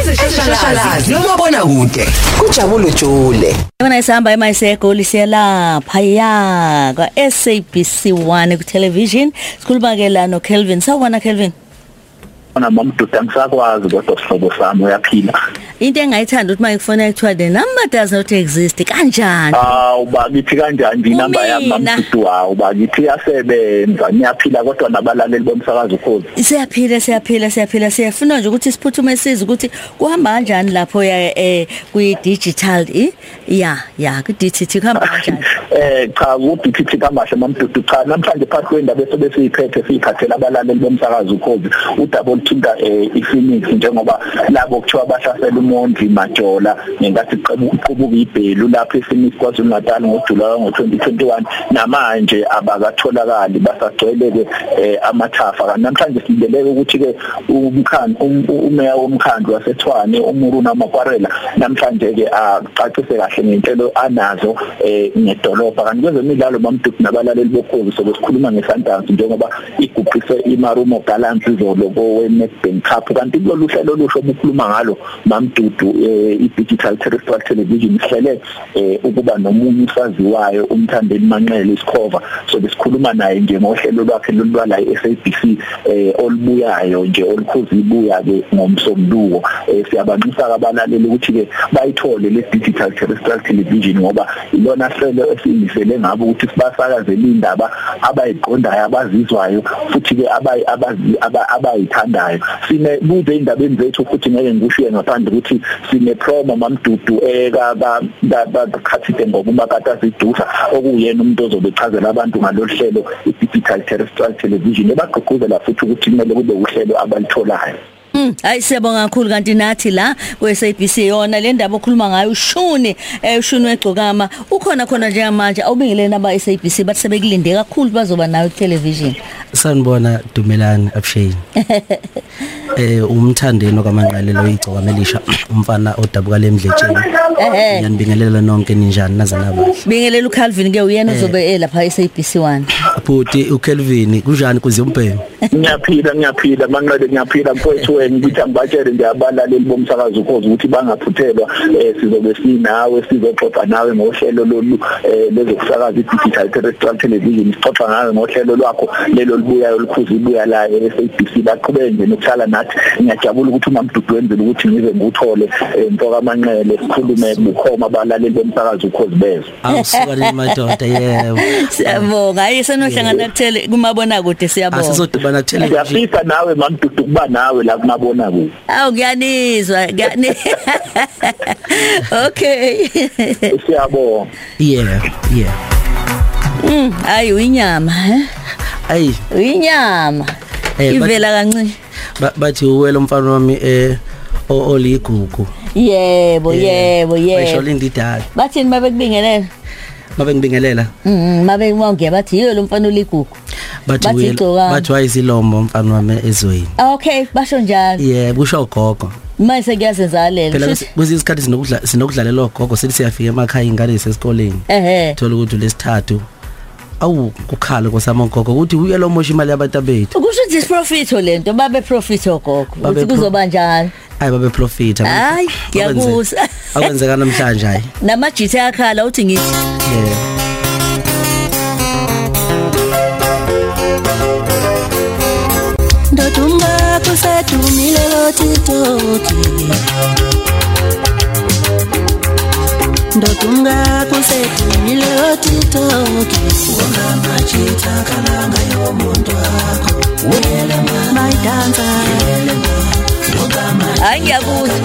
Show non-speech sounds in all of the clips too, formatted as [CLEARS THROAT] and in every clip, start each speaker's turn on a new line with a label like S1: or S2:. S1: ezishashalazi noma bona kude kujabule ujule
S2: yabona isihamba emayisegoli siyalapha ya kwa-sabc 1 kutelevision sikhuluma-ke la nokelvin sawubona kelvin
S3: Ona mamduda ngisakwazi kodwa sihlobo sami uyaphila.
S2: into engayithanda ukuthi uma ngikufona kuthiwa the number does not exist kanjani
S3: Ah ubakithi kanjani inamba yami
S2: Umina.
S3: mamdudu ha ubakithi yasebenza niyaphila kodwa nabalaleli bomsakazo ukhozi.
S2: siyaphila siyaphila siyaphila siyafuna nje ukuthi siphuthume size ukuthi kuhamba kanjani lapho ya eh kwi-digital i ya ya kwi-dtt kuhamba kanjani
S3: [LAUGHS] Eh cha ubithi kamahle mamdudu cha namhlanje phakathi kwendaba esobe siyiphethe siyiphathela abalaleli bomsakazo ukhozi udouble thinker eh iPhoenix njengoba labo kuthiwa bahlasela uMondli Majola ngenkathi iqebu uqubuka ibhelu lapho iPhoenix kwaZulu Natal ngoJulayi ngo2021 namanje abakatholakali basagcwele ke eh, amathafa Kanti namhlanje sibeleke ukuthi ke umkhandlu um- u- umeya womkhandlu wasethwane umuruna makwarela namhlanje ke ah, acacise kahle ngenhlelo anazo eh, ngedolobha kanti kwezemidlalo bamdudu nabalaleli bokhozi sobe sikhuluma ngesundowns njengoba iguqise imarumo gallant izolo kowe-nedbank cup kanti kulolu hlelo olusho obukhuluma ngalo bamdudu eh, i-digital terrestrial television ihlele eh, ukuba nomunye usaziwayo umthandeni manxele isikhova so besikhuluma naye nje ngohlelo lwakhe lolwa la i-SABC eh, olubuyayo nje olukhuza ibuya ke ngomsombuluko eh, siyabanxusa kabalaleli ukuthi ke bayithole le digital terrestrial television ngoba ilona hlelo esiyimisele ngabo ukuthi sibasakazele indaba abayiqondayo abazizwayo futhi ke abayi- abazi- aba- abayithandayo sine buze indabeni zethu futhi ngeke ngikushiye ngaphandle ukuthi sine promo mamdudu eh, eka bakhathide ngoba umakata sidusa okuyena umuntu ozobe echazela abantu ngalolu hlelo i-digital terrestrial television ebagqugquzela futhi ukuthi kumele kube uhlelo abalitholayo
S2: Mm, hayi siyabonga kakhulu kanti nathi la kwe-SABC yona le ndaba okhuluma ngayo ushuni eh, ushuni wegcokama ukhona khona njengamanje awubingeleni aba-sabc bathi sebekulinde kakhulu bazoba nayo ithelevishini
S4: sanibona dumelani abshane
S2: [LAUGHS]
S4: eh umthandeni kamanqale lo igcokamelisha [CLEARS THROAT] umfana odabuka lemdletsheni
S2: Eh. Ehhe.
S4: ngiyanibingelela nonke ninjani naza nabahle
S2: bingelela ucalvin ke uyena uzobe elapha e-sabc one
S4: bhuti ukelvin kunjani kuzimpeme
S3: ngiyaphila ngiyaphila manqele ngiyaphila mfowethu wena ukuthi angibatshele nje abalaleli bomsakazo ukhoze ukuthi bangaphuthelwa eh, sizobe sinawe sizoxoxa nawe ngohlelo lolu eh, lezokusakaza i-digital terrestrial television sixoxa ngawe ngohlelo lwakho lelo lubuyayo olukhuza ibuya la e-sabc baqhubeke nje nokuhlala nathi ngiyajabula ukuthi umamdudu wenzela ukuthi ngize nguthole eh, mfokamanqele sikhulume bukhoma abalaleli bomsakazo ukhoze bezwe
S4: awusukane madoda yebo
S2: siyabonga hayi senohlangana kuthele kumabonakude
S4: Ah,
S2: siyabonga
S4: asizodibana kuthele
S3: ngiyafisa nawe mamdudu kuba nawe la kumabona kuyo
S2: awu ngiyanizwa ngiyani- [LAUGHS] okay
S3: siyabonga
S4: yeah yeah
S2: Mm, hayi uyinyama eh?
S4: ayi
S2: uyinyama
S4: Eh, but-
S2: ivela kancane
S4: ba- bathi uwele umfana wami eh o- oligugu
S2: yebo Oh,
S4: Eh,
S2: yebo
S4: basho
S2: yebo
S4: linda idala
S2: bathini mabekubingelela
S4: mabe ngibingelela
S2: Mhm, mabe ngiya bathi yiyo lo mfana oligugu
S4: bathi
S2: Bathi
S4: uyela-
S2: igcokama.
S4: bathi wayisilombo umfana wami ezweni
S2: okay basho njalo
S4: yeah kusho ugogo
S2: manje sengiyazenzalela
S4: phela
S2: Shuthi-
S4: kwesinye isikhathi sinokudla- sinokudlalela ogogo sithi siyafika emakhaya ingane isesikoleni
S2: ehe
S4: thola ukuthi ulesithathu awu kukhale kwasamagogo ukuthi uyelo mosha imali yabantu abethu
S2: ukusho ukuthi isiprofitho lento babe profitho gogo
S4: Babe
S2: ukuthi
S4: pro-
S2: kuzoba njalo
S4: ayi babeprofitha
S2: Hhayi, ngiyakuzwa.
S4: akwenzeka namhlanje hhayi
S2: namajitha ayakhala uthi ngithi
S4: yeah
S5: ndodumba kusedumile lotitoti ndodumba kusedumile lotitoti wongamajita kalanga yomuntu wakho maidansa
S2: hayi ngiyakuzwa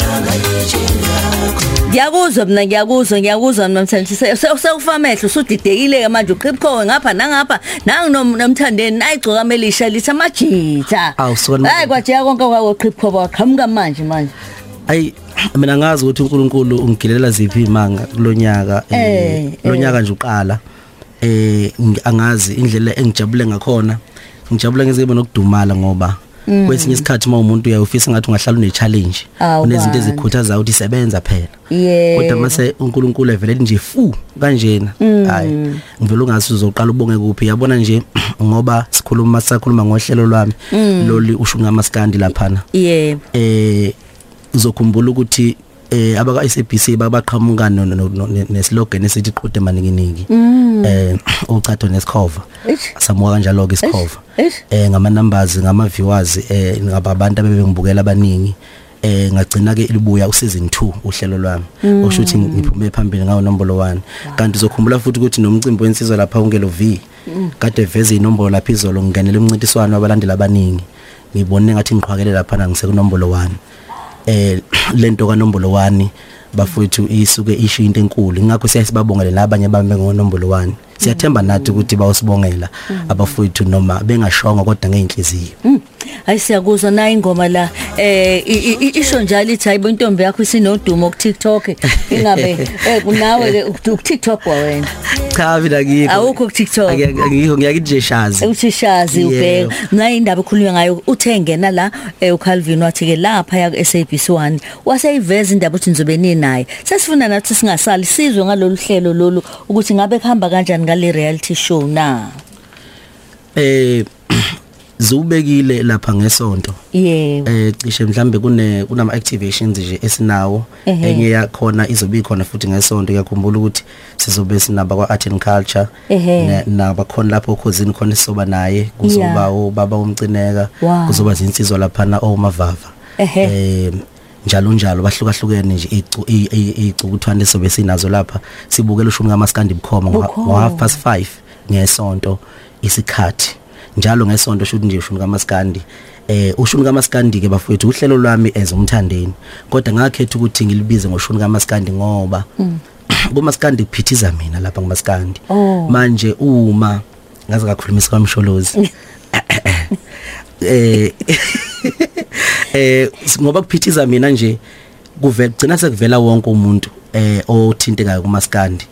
S2: ngiyakuzwa mna ngiyakuzwa ngiyakuzwa mna mthandi sewufa amehlo usudidekile-ke manje uqhibukhowe ngapha nangapha nanginomthandeni nayigcoka elisha lithi amajitha
S4: Awu, sukani
S2: hayi
S4: madodana.
S2: kwajeka konke kwakoqhibukhowe waqhamuka manje manje
S4: ayi mina ngazi ukuthi uNkulunkulu ungigilela ziphi imanga kulonyaka
S2: Eh, eh.
S4: kulonyaka nje uqala eh ngi- angazi indlela engijabule ngakhona ngijabule ngezibe nokudumala ngoba kwesinye isikhathi uma umuntu uyawufisa ngathi ungahlala une challenge
S2: Mm. Awu, Eh.
S4: unezinto
S2: bani.
S4: ezikhuthaza ukuthi sebenza phela kodwa
S2: yebo
S4: mase uNkulunkulu evelele nje fu kanjena
S2: Mm.
S4: hayi ngivele ungazi uzoqala ubonge kuphi yabona nje [CLEARS THROAT] ngoba sikhuluma
S2: Mm.
S4: sakhuluma ngohlelo lwami loli ushunga maskandi laphana
S2: yebo
S4: eh uzokhumbula ukuthi eh abaka SABC babaqhamuka no- no- no- no- neslogan esithi qhude manikiningi eh [CLEARS THROAT] ochatho nesikhova
S2: Eish.
S4: samuka kanjalo ke isikhova
S2: eish.
S4: eh ngama numbers ngama viewers eh ngababantu abebengibukela abaningi eh ngagcina ke libuya u season 2 uhlelo lwami osho ukuthi ngiphume phambili ngawo nombolo 1 kanti uzokhumbula futhi ukuthi nomcimbi wensizwa lapha uNgelo V kade veze inombolo lapha izolo ngingenele umncintiswano wabalandeli abaningi ngibone ngathi ngiqhwakele lapha ngisekunombolo 1 eh lento kanombolo 1 bafowethu isuke isho into enkulu ngakho siyasibabongela labanye abame ngonombolo 1 siyathemba nathi ukuthi bawusibongela abafowethu noma bengashongo kodwa ngeenhliziyo
S2: Mm. Hayi siyakuzwa na ingoma la eh i- i- i- isho njalo ithi hayibo intombi yakho isinodumo ku TikTok ingabe
S4: [LAUGHS]
S2: eh kunawe ke uku TikTok wawena
S4: cha mina ngikho
S2: Awukho ku-TikTok?
S4: Ake- ngikho ngiyakithi nje shazi
S2: uthishazi
S4: Yebo.
S2: ubheka mna indaba ekhulunywa ngayo uthe ngena la eh, uCalvin wathi ke lapha ya SABC1 waseyiveza indaba ukuthi nizobe ninaye sesifuna nathi singasali sizwe ngalolu hlelo lolu ukuthi ngabe kuhamba kanjani ngale reality show na
S4: eh [CLEARS THROAT] ziwubekile lapha ngesonto
S2: yebo
S4: eh cishe mhlambe kune kunama activations nje esinawo
S2: Ehhe.
S4: enye yakhona izobe ikhona futhi ngesonto ngiyakhumbula ukuthi sizobe sinaba kwa art and culture
S2: Ehhe.
S4: na- naba khona lapho cousin khona sizoba naye
S2: Yeah.
S4: kuzoba ubaba umcineka
S2: Wow.
S4: kuzoba zinsizwa lapha na omavava
S2: Ehhe.
S4: njalo njalo bahlukahlukene nje icu- i- i- icukuthwane sobe sinazo lapha sibukela ushumi kamaskandi bukhoma ngo
S2: Bukhoma.
S4: ngo half past 5 ngesonto isikhathi njalo ngesonto shuthi nje ushumi kamaskandi eh ushumi kamaskandi ke bafowethu uhlelo lwami as umthandeni kodwa ngakhetha ukuthi ngilibize ngoshumi kamaskandi ngoba
S2: Mm.
S4: [CLEARS THROAT] kumaskandi kuphithiza mina lapha kumaskandi
S2: Oh.
S4: manje uma ngaze ngakhulumisa kwamsholozi
S2: [LAUGHS]
S4: eh eh ngoba kuphithiza mina nje kuvela gcina sekuvela wonke umuntu eh othintekayo kumaskandi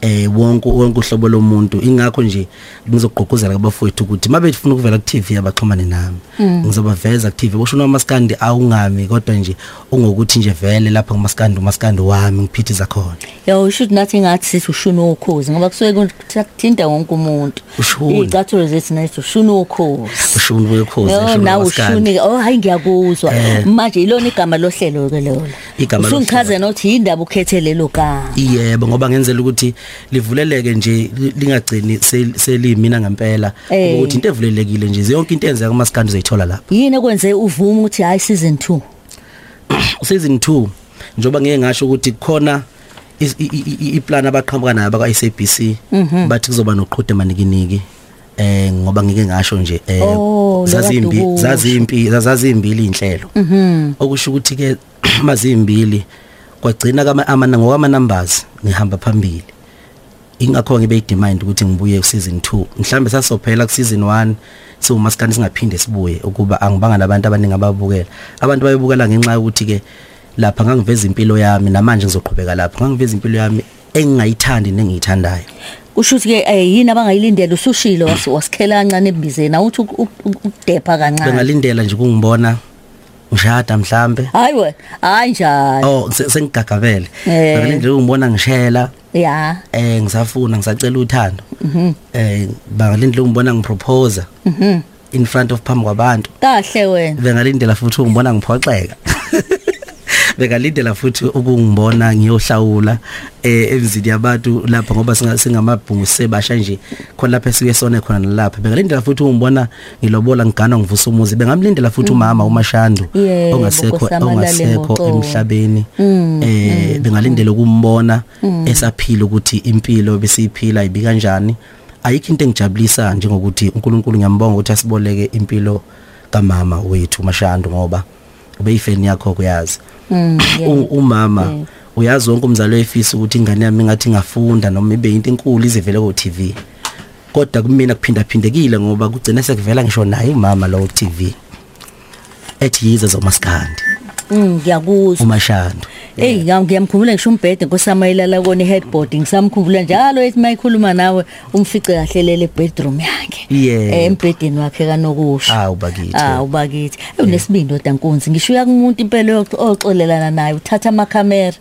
S4: eh wonke wonke uhlobo lomuntu ingakho nje ngizogqoqozela kubafowethu ukuthi mabe ufuna ukuvela ku TV abaxhumane nami ngizobaveza ku TV usho noma maskandi awungami kodwa nje ungokuthi nje vele lapha kumaskandi umaskandi wami ngiphithiza khona
S2: yawo shoot nathi ngathi sithi ushuna ukhozi ngoba kusuke kuthinta wonke umuntu
S4: Ushuni.
S2: icathulo zethu nathi ushuna ukhozi
S4: ushuni wekhozi
S2: No,
S4: ushuni
S2: nawe
S4: kamaskandi.
S2: ushuni oh hayi ngiyakuzwa manje ilona igama lohlelo ke lelo
S4: Eh. Igama lohlelo.
S2: usungichazela ukuthi indaba ukhethe lelo gama
S4: yebo ngoba ngenzela ukuthi livuleleke nje li- lingagcini sel- seliyimina ngempela
S2: Eh.
S4: ukuthi into evulelekile nje yonke into enzeka kumasikandi uzoyithola lapha
S2: yini ekwenze uvume ukuthi hayi season 2
S4: season 2 njoba ngeke ngasho ukuthi kukhona is- i- i- i- iplan abaqhamuka nayo abaka SABC
S2: Mhm.
S4: bathi kuzoba noqhude manikiniki eh ngoba ngike ngasho nje eh
S2: Oh,
S4: zazimbi
S2: lokwaDukusha.
S4: zazimbi zazimbili inhlelo
S2: Mhm.
S4: okusho ukuthi [CLEARS THROAT] ke mazimbili kwagcina kama amana ngokama numbers ngihamba phambili ingakho ngibe idemand ukuthi ngibuye ku season 2 mhlambe sasophela ku season 1 siwumasikani singaphinde sibuye ukuba angibanga nabantu abaningi ababukela abantu bayebukela ngenxa yokuthi ke lapha ngangiveza impilo yami namanje ngizoqhubeka lapha ngangiveza impilo yami engingayithandi nengiyithandayo
S2: kusho ukuthi ke eh, yini abangayilindele usushilo
S4: Mm.
S2: was- wasikhela kancane ebizeni awuthi uk- uk- uk- ukudepha kancane
S4: bengalindela nje kungibona ngishada mhlambe
S2: hayi wena hayi njalo
S4: oh se- sengigagabele
S2: Eh.
S4: bengalindela ukungibona ngishela
S2: ya
S4: eh ngisafuna ngisacela uthando
S2: Mhm.
S4: eh bangalindela ukungibona ngipropose in front of phambi kwabantu
S2: kahle wena
S4: bengalindela futhi ungibona ngiphoxeka [LAUGHS] bengalindela futhi ukungibona ngiyohlawula eh emzini yabantu lapha ngoba singa- singamabhungu sebasha nje khona lapha esike sone khona nalapha bengalindela futhi ungibona ngilobola ngigana ngivusa umuzi bengamlindela futhi umama uMashando
S2: Yebo,
S4: ongasekho
S2: Nkosi Amalale
S4: ongasekho
S2: Moxoka.
S4: emhlabeni eh bengalindela ukumbona esaphila ukuthi impilo besiyiphila ibi kanjani ayikho into engijabulisa njengokuthi uNkulunkulu ngiyambonga ukuthi asiboleke impilo kamama wethu uMashando ngoba ubeyifeni yakho kuyazi
S2: Mm,
S4: U-
S2: yeah.
S4: umama uyazi wonke umzali uyafisa ukuthi ingane yami ngathi ingafunda noma ibe into enkulu izivele ku TV kodwa kumina kuphindaphindekile ngoba kugcina sekuvela ngisho naye umama lo ku TV ethi yize zomaskandi
S2: Mm, ngiyakuzwa
S4: Oh, uMashando
S2: eyi nga- ngiyamkhumbula ngisho umbhede nkosamayelala kona i-headboard ngisamkhumbula njalo ethi uma ikhuluma nawe umfice kahlelele ebhedroom yakhe
S4: Yebo.
S2: Eh, embhedeni wakhe kanokusho
S4: Ah, ubakithi.
S2: ah ubakithi unesibindi odankunzi ngisho uya kumuntu impela oyox- oxolelana naye uthatha amakhamera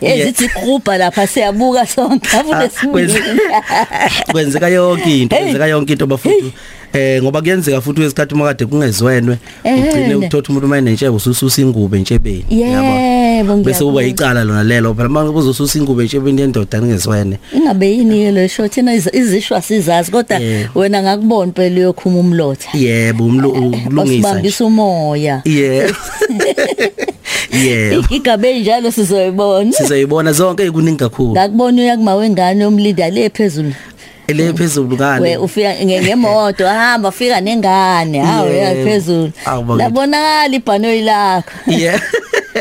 S4: Yeah.
S2: ezithi grubha lapha siyabuka
S4: [LAUGHS]
S2: sonke
S4: Ah,
S2: afunesibindi
S4: kwenze- [LAUGHS] kwenzeka yonke into
S2: Hey.
S4: kwenzeka yonke into bafuthi eh ngoba kuyenzeka futhi kwesikhathi makade kungezwenwe
S2: Ehhe.
S4: ugcine ukuthatha umuntu uma nentshe usususa ingubo entshebeni
S2: Yebo,
S4: yabo bese kuba
S2: ngiyakuzwa.
S4: icala lona lelo phela manje ubuzosusa ingubo entshebeni yendoda ngezwene
S2: [LAUGHS] ingabe yini-ke lo sho thina iz- izishwa sizazi kodwa
S4: Yeah.
S2: wena ngakubona impela uyokhuma umlotha
S4: yebo umlu-
S2: Eh,
S4: ukulungisa nje
S2: wasibambisa umoya
S4: yeah
S2: [LAUGHS]
S4: yeah
S2: igabe njalo sizoyibona
S4: sizoyibona zonke kuningi kakhulu
S2: ngakubona uya kumawe ngane yomlinda le phezulu
S4: ele phezulu
S2: we
S4: kale
S2: ufika nge- ngemoto hamba fika nengane hawu
S4: Yebo.
S2: ya phezulu
S4: Awu, bakithi.
S2: labonakala ibhanoyi lakho
S4: [LAUGHS] yeah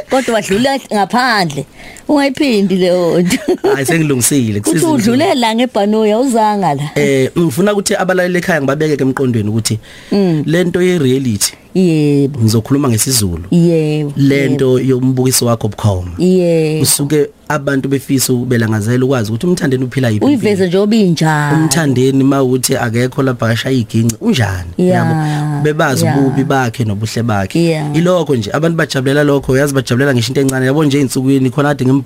S2: kodwa wadlula ngaphandle ungayiphindi leyo nto
S4: hayi sengilungisile
S2: kuthi
S4: kusiza
S2: udlule la ngebhanoyi awuzanga la
S4: eh ngifuna ukuthi abalaleli ekhaya ngibabeke emqondweni ukuthi
S2: Mm.
S4: lento ye reality
S2: yebo
S4: ngizokhuluma ngesiZulu
S2: yebo
S4: lento yombukiso wakho bukhoma
S2: yebo
S4: usuke abantu befisa ubelangazela ukwazi ukuthi umthandeni uphila yiphi impilo.
S2: uyiveze nje obinjalo
S4: umthandeni mawuthi akekho lapha ashaya iginci unjani
S2: Yeah.
S4: yabo? bebazi
S2: Yeah.
S4: ububi bakhe nobuhle
S2: Yeah.
S4: bakhe ilokho nje abantu bajabulela lokho yazi bajabulela ngisho into encane yabo nje insukwini khona kade ngim-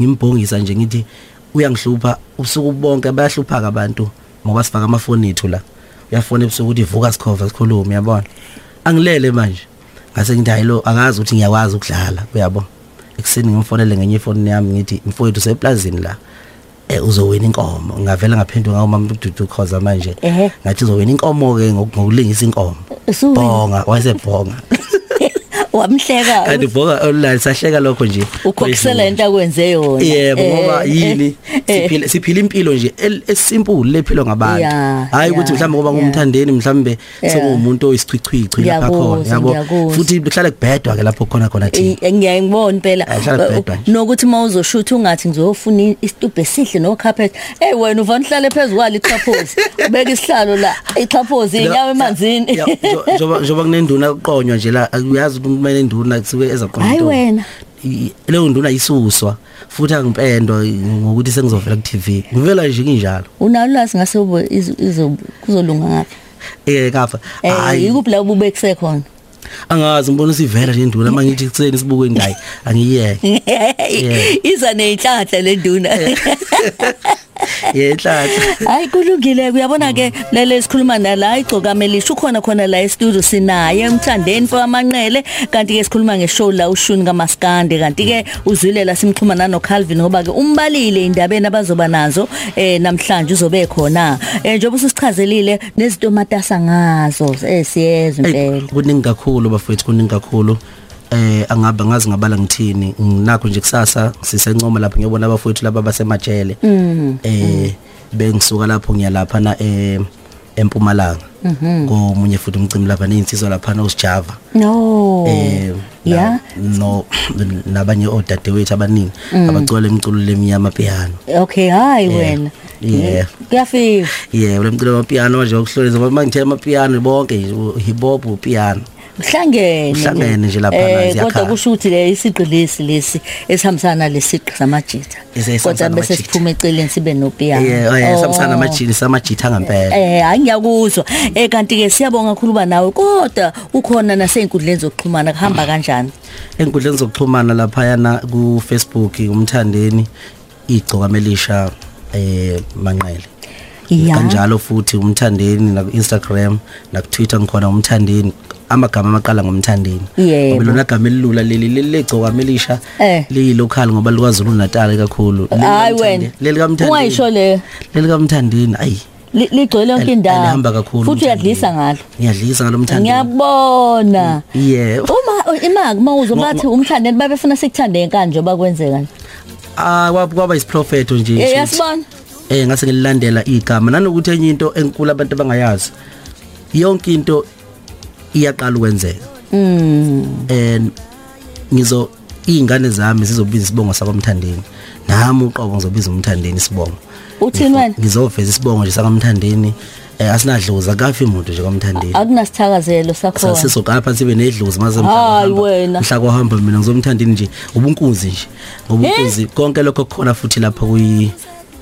S4: ngimbhongisa nje ngithi uyangihlupha ubusuku bonke bayahluphaka abantu ngoba sifaka amafoni ethu la uyafona ebusuku ukuthi vuka sikhova sikhulume yabona angilele manje ngase ngithi hayi lo akazi ukuthi ngiyakwazi ukudlala uyabo ekuseni ngimfonele ngenye ifoni yami ngithi mfowethu useplazini la eh uzowina inkomo ngavela ngaphendula ngawo mama uDudu Khoza manje
S2: Ehhe.
S4: ngathi uzowina inkomo ke ngokulingisa inkomo
S2: Usuwina.
S4: bonga wasebhonga
S2: wamhleka
S4: kanti bonga online sahleka lokho nje
S2: ukhokhisela into akwenze yona
S4: yebo
S2: Eh,
S4: ngoba
S2: eh,
S4: yini
S2: eh.
S4: siphila siphila impilo nje el- esimple lephilo ngabantu
S2: Yeah,
S4: hayi ukuthi
S2: yeah,
S4: mhlawumbe ngoba
S2: yeah.
S4: ngumthandeni mhlawumbe
S2: Yeah.
S4: sekuwumuntu oyisichwichwichwi lapha khona
S2: Ngiyakuzwa, ngiyakuzwa.
S4: futhi kuhlale kubhedwa ke lapho khona khona thina
S2: Eh, ngiyayibona impela
S4: Ah, hlala
S2: Eh,
S4: kubhedwa nje.
S2: nokuthi uma uzoshutha ungathi ngizofuna isitubhu esihle nokhaphetha eyi wena uvana uhlale phezu kwalo ichaphozi ubeka isihlalo la ichaphozi iy'nyawo emanzini
S4: Ya, njo- njoba njoba kunenduna uqonywa nje la uyazi ukuthi kumele induna kusuke ezaqonywa
S2: Hhayi
S4: intoni.
S2: wena.
S4: I- leyo nduna isuswa futhi angipendwa ngokuthi sengizovela ku-TV ngivela nje nginjalo
S2: unalo lasi ngase ube- izo- izo- kuzolunga ngaphi
S4: eh kapha
S2: um
S4: hayi
S2: yikuphi la ububekise khona
S4: angazi ngibona sivela nje induna mangithi kuseni sibukweni hayi angiyeke
S2: [LAUGHS] iza neyinhlanhla le
S4: [LAUGHS]
S2: nduna
S4: yehlahla
S2: hayi kulungile uyabona ke mlaleli sikhuluma nala igcokamelisha ukhona khona la estudio sinaye emthandeni mfakamanqele kanti-ke sikhuluma ngeshow la ushuni kamaskande kanti-ke uzwile la simxhuma nanocalvin ngoba-ke umbalile ey'ndabeni abazoba nazo um eh, namhlanje uzobe khona um eh, njengoba ususichazelile nezitomatasa ngazo eh, siyezwa
S4: Eyi,
S2: impela
S4: kuningi kakhulu bafowethu kuningi kakhulu eh angabe ngazi ngabala ngithini nginakho nje kusasa sisencoma lapho ngiyobona abafowethu laba basemajele
S2: Mm,
S4: eh bengisuka lapho ngiyalapha na eh empumalanga
S2: Mhm.
S4: komunye futhi umcimbi lapha neyinsizwa lapha osijava
S2: no
S4: eh na-
S2: Oh, ya
S4: no [CLEARS THROAT] nabanye odadewethu abaningi
S2: Mm.
S4: abacula imiculo leminyama piano
S2: okay hhayi
S4: Yeah.
S2: wena Mhm.
S4: Yeah.
S2: kuyafika
S4: yebo lemculo amapiano manje okuhlolisa ngoba mangithe amapiano bonke hip hop upiano
S2: kuhlangene
S4: Kuhlangene nje lapha la,
S2: Eh, kodwa
S4: ziyakhala.
S2: kusho ukuthi le isiqi lesi lesi esihambisana nalesiqi samajita
S4: Ese- esihambisana
S2: kodwa bese
S4: namajita.
S2: siphuma eceleni sibe nopiyano
S4: yeah
S2: Oh.
S4: samsana namajini samajitha ngempela
S2: Eh hayi ngiyakuzwa. Eh kanti ke siyabonga kakhulu ba nawe. Kodwa ukhona nasenkundleni zokuxhumana
S4: Mm.
S2: kuhamba kanjani?
S4: enkundleni zokuxhumana laphayana ku-facebook umthandeni igcokamelisha eh manqele
S2: Ya.
S4: kanjalo futhi umthandeni naku-instagram nakutwitter ngikhona umthandeni amagama amaqala ngomthandeni
S2: Yebo.
S4: Ngoba lona gama elilula leli leli legcokamelisha
S2: Eh.
S4: liyilokhali ngoba likwazulu natali kakhulu Leli
S2: Hayi
S4: likamthande-
S2: wena.
S4: leli kamthandeni
S2: Ungayisho le
S4: leli kamthandeni ayi
S2: li- ligcwele yonke
S4: ali-
S2: indawo.
S4: alihamba kakhulu
S2: Futhi
S4: uMthandeni.
S2: uyadlisa ngalo.
S4: ngiyadlisa ngalo mthandeni
S2: Ngiyabona.
S4: yebo
S2: Uma imaki mawuzobathi umthandeni babefuna sikuthande kanje bakwenzeka nje.
S4: ah kwab- kwaba isiprofeto nje
S2: Eh
S4: shuthi.
S2: yasibona.
S4: eh ngase ngilandela igama nanokuthi enye into enkulu abantu abangayazi yonke into iyaqala ukwenzeka
S2: Hmm.
S4: mm and ngizo ingane zami zizobiza isibongo sakamthandeni nami uqobo ngizobiza umthandeni isibongo
S2: Uthini wena?
S4: ngizoveza isibongo nje sakamthandeni eh asinadluza kafi umuntu nje kwamthandile
S2: akunasithakazelo sakhona
S4: sasizokapha sibe nedluzi maze mhla
S2: Hhayi,
S4: kwahamba-
S2: wena.
S4: mhla kwahamba mina ngizomthandini nje ubunkunzi nje
S2: Eh?
S4: ngobunkunzi konke lokho kukhona futhi lapha kuyi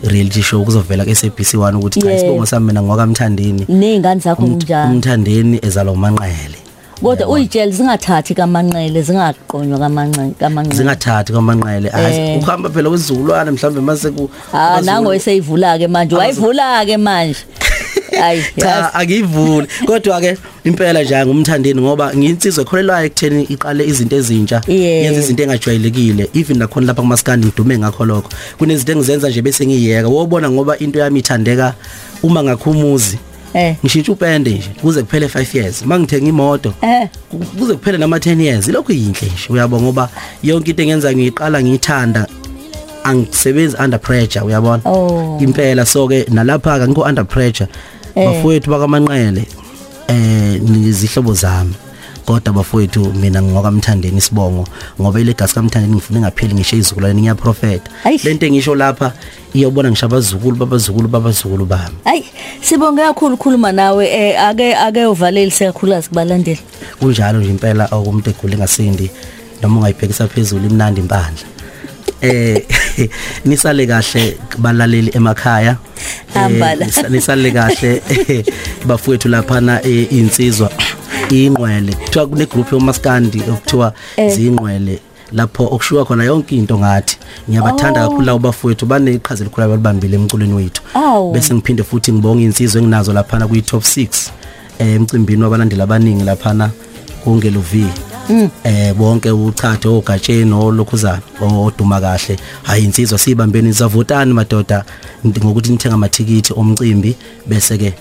S4: reality show kuzovela ke SABC 1 ukuthi cha
S2: Yes.
S4: isibongo sami mina ngwakamthandini
S2: ney'ngane zakho kunjani
S4: um, umthandeni ezalo manqele
S2: kodwa uyitshele zingathathi kamanqele zingaqonywa kamanqe- kamanqele
S4: zingathathi kwamanqele
S2: Eh. Ah,
S4: hayi ukuhamba phela kwezizukulwane mhlawumbe mase ku
S2: ha
S4: amazulu-
S2: nango eseyivula-ke manje wayivula-ke manje hayi
S4: cha angiyivuli kodwa ke impela nje ngumthandeni ngoba nginsizwe ekholelwayo ekutheni iqale izinto ezintsha
S2: Yebo.
S4: yenza izinto engajwayelekile even nakhona lapha kumaskandi ngidume ngakho lokho kunezinto engizenza nje bese ngiyeka wobona ngoba into yami ithandeka uma ngakhumuzi
S2: Eh.
S4: ngishintsha upende nje kuze kuphele 5 years mangithenga imoto
S2: Eh.
S4: kuze kuphele nama 10 years lokho yinhle nje uyabo ngoba yonke into engenza ngiyiqala ngiyithanda angisebenzi under pressure uyabona
S2: Oh.
S4: impela so ke nalapha ke ngikho under pressure bafowethu bakamanqele eh nizihlobo zami kodwa bafowethu mina ngokamthandeni isibongo ngoba ilegacy kamthandeni ngifune ngapheli ngisho izukulwane ngiyaprofeta
S2: Eish.
S4: lento engisho lapha iyobona ngisho abazukulu babazukulu babazukulu bami
S2: hayi sibonge kakhulu ukhuluma nawe um ake ake uvaleli sekakhulukazi kubalandeli
S4: kunjalo nje impela okumuntu egule ngasindi noma ungayibhekisa phezulu imnandi impandla eh [LAUGHS] nisale kahle balaleli emakhaya Eh,
S2: Hambala.
S4: nisa- nisale kahle eh, bafowethu laphana eh, insizwa ingqwele kuthiwa kune group yomaskandi okuthiwa ziyingqwele lapho okushuka khona yonke into ngathi ngiyabathanda kakhulu labo bafowethu baneqhaza elikhulu abalibambile emculweni wethu
S2: Awu.
S4: bese ngiphinde futhi ngibonge insizwe enginazo laphana kwi-top 6 eh, emcimbini wabalandeli abaningi laphana kungeluvi
S2: Mm.
S4: eh bonke uchathe ogatsheni olokhuzana oduma kahle hayi insizwa siyibambeni savotani madoda ndi- ngokuthi nithenga amathikithi omcimbi bese ke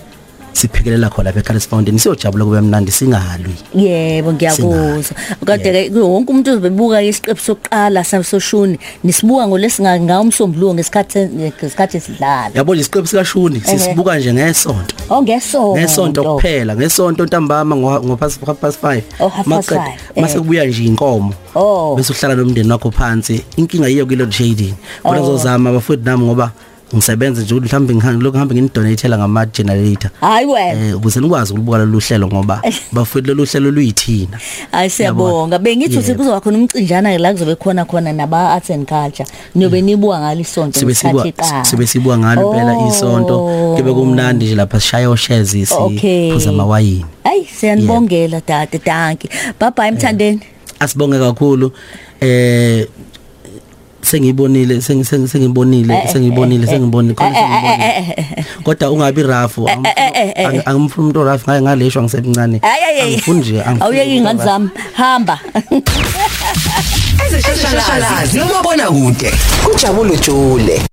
S4: siphekelela khona lapha eCarles Fountain siyojabula kube mnandi singalwi
S2: yebo ngiyakuzwa kodwa-ke kuwo wonke umuntu uzobebuka-ke isiqebu sokuqala sa- soshuni nisibuka ngolesingawumsombuluko ngesikhathi ngesikhathi esidlala Oh,
S4: yabo lesiqebu sikaShuni sisibuka nje ngesonto
S2: ongesonto
S4: ngesonto kuphela ngesonto ntambama ngo ngo- past half past 5
S2: Oh, half past five, eh.
S4: mase kubuya nje inkomo
S2: Oh.
S4: bese uhlala nomndeni wakho phansi inkinga yiyo kule shading kodwa
S2: Oh.
S4: ngizozama abafundi nami ngoba ngisebenza nje ukuthi mhlambe ngihambe lokho ngihambe nginidonathela ngama generator
S2: hayi wena
S4: eh ukuze nikwazi ukulubuka lolu hlelo ngoba
S2: Eh.
S4: bafundi lolu hlelo luyithina
S2: hayi siyabonga bengithi uthi
S4: Yebo.
S2: kuzoba khona umcinjana-ke la kuzobe khona khona naba-arts and culture niyobe nibuka ngalo isonto
S4: Mm. sibe
S2: ngesikhathi
S4: sibuka
S2: iqala
S4: sibe sibuka ngalo impela isonto
S2: Oh.
S4: kube kumnandi nje lapha sishaya oshezi
S2: Okay.
S4: siphuza amawayini
S2: hayi siyanibongela dade danki babhayi emthandeni
S4: asibonge kakhulu eh sengiyibonile sengi- sengi- sengiyibonile
S2: Eh, eh,
S4: sengiyibonile
S2: eh,
S4: sengibonile khona
S2: eh, eh,
S4: sengiyibonile
S2: eh, eh, eh.
S4: kodwa ungabi rafu
S2: eh, eh, eh.
S4: angimfuni umuntu rafu ngaye ngaleshwa ngisemncane
S2: Ayi, ayi, ayi.
S4: angifuni nje angifuni
S2: awuyeki
S4: umuntu
S2: iy'ngane
S4: orafu.
S2: zami hamba
S1: ezeshashalazi umabonakude kujabule jule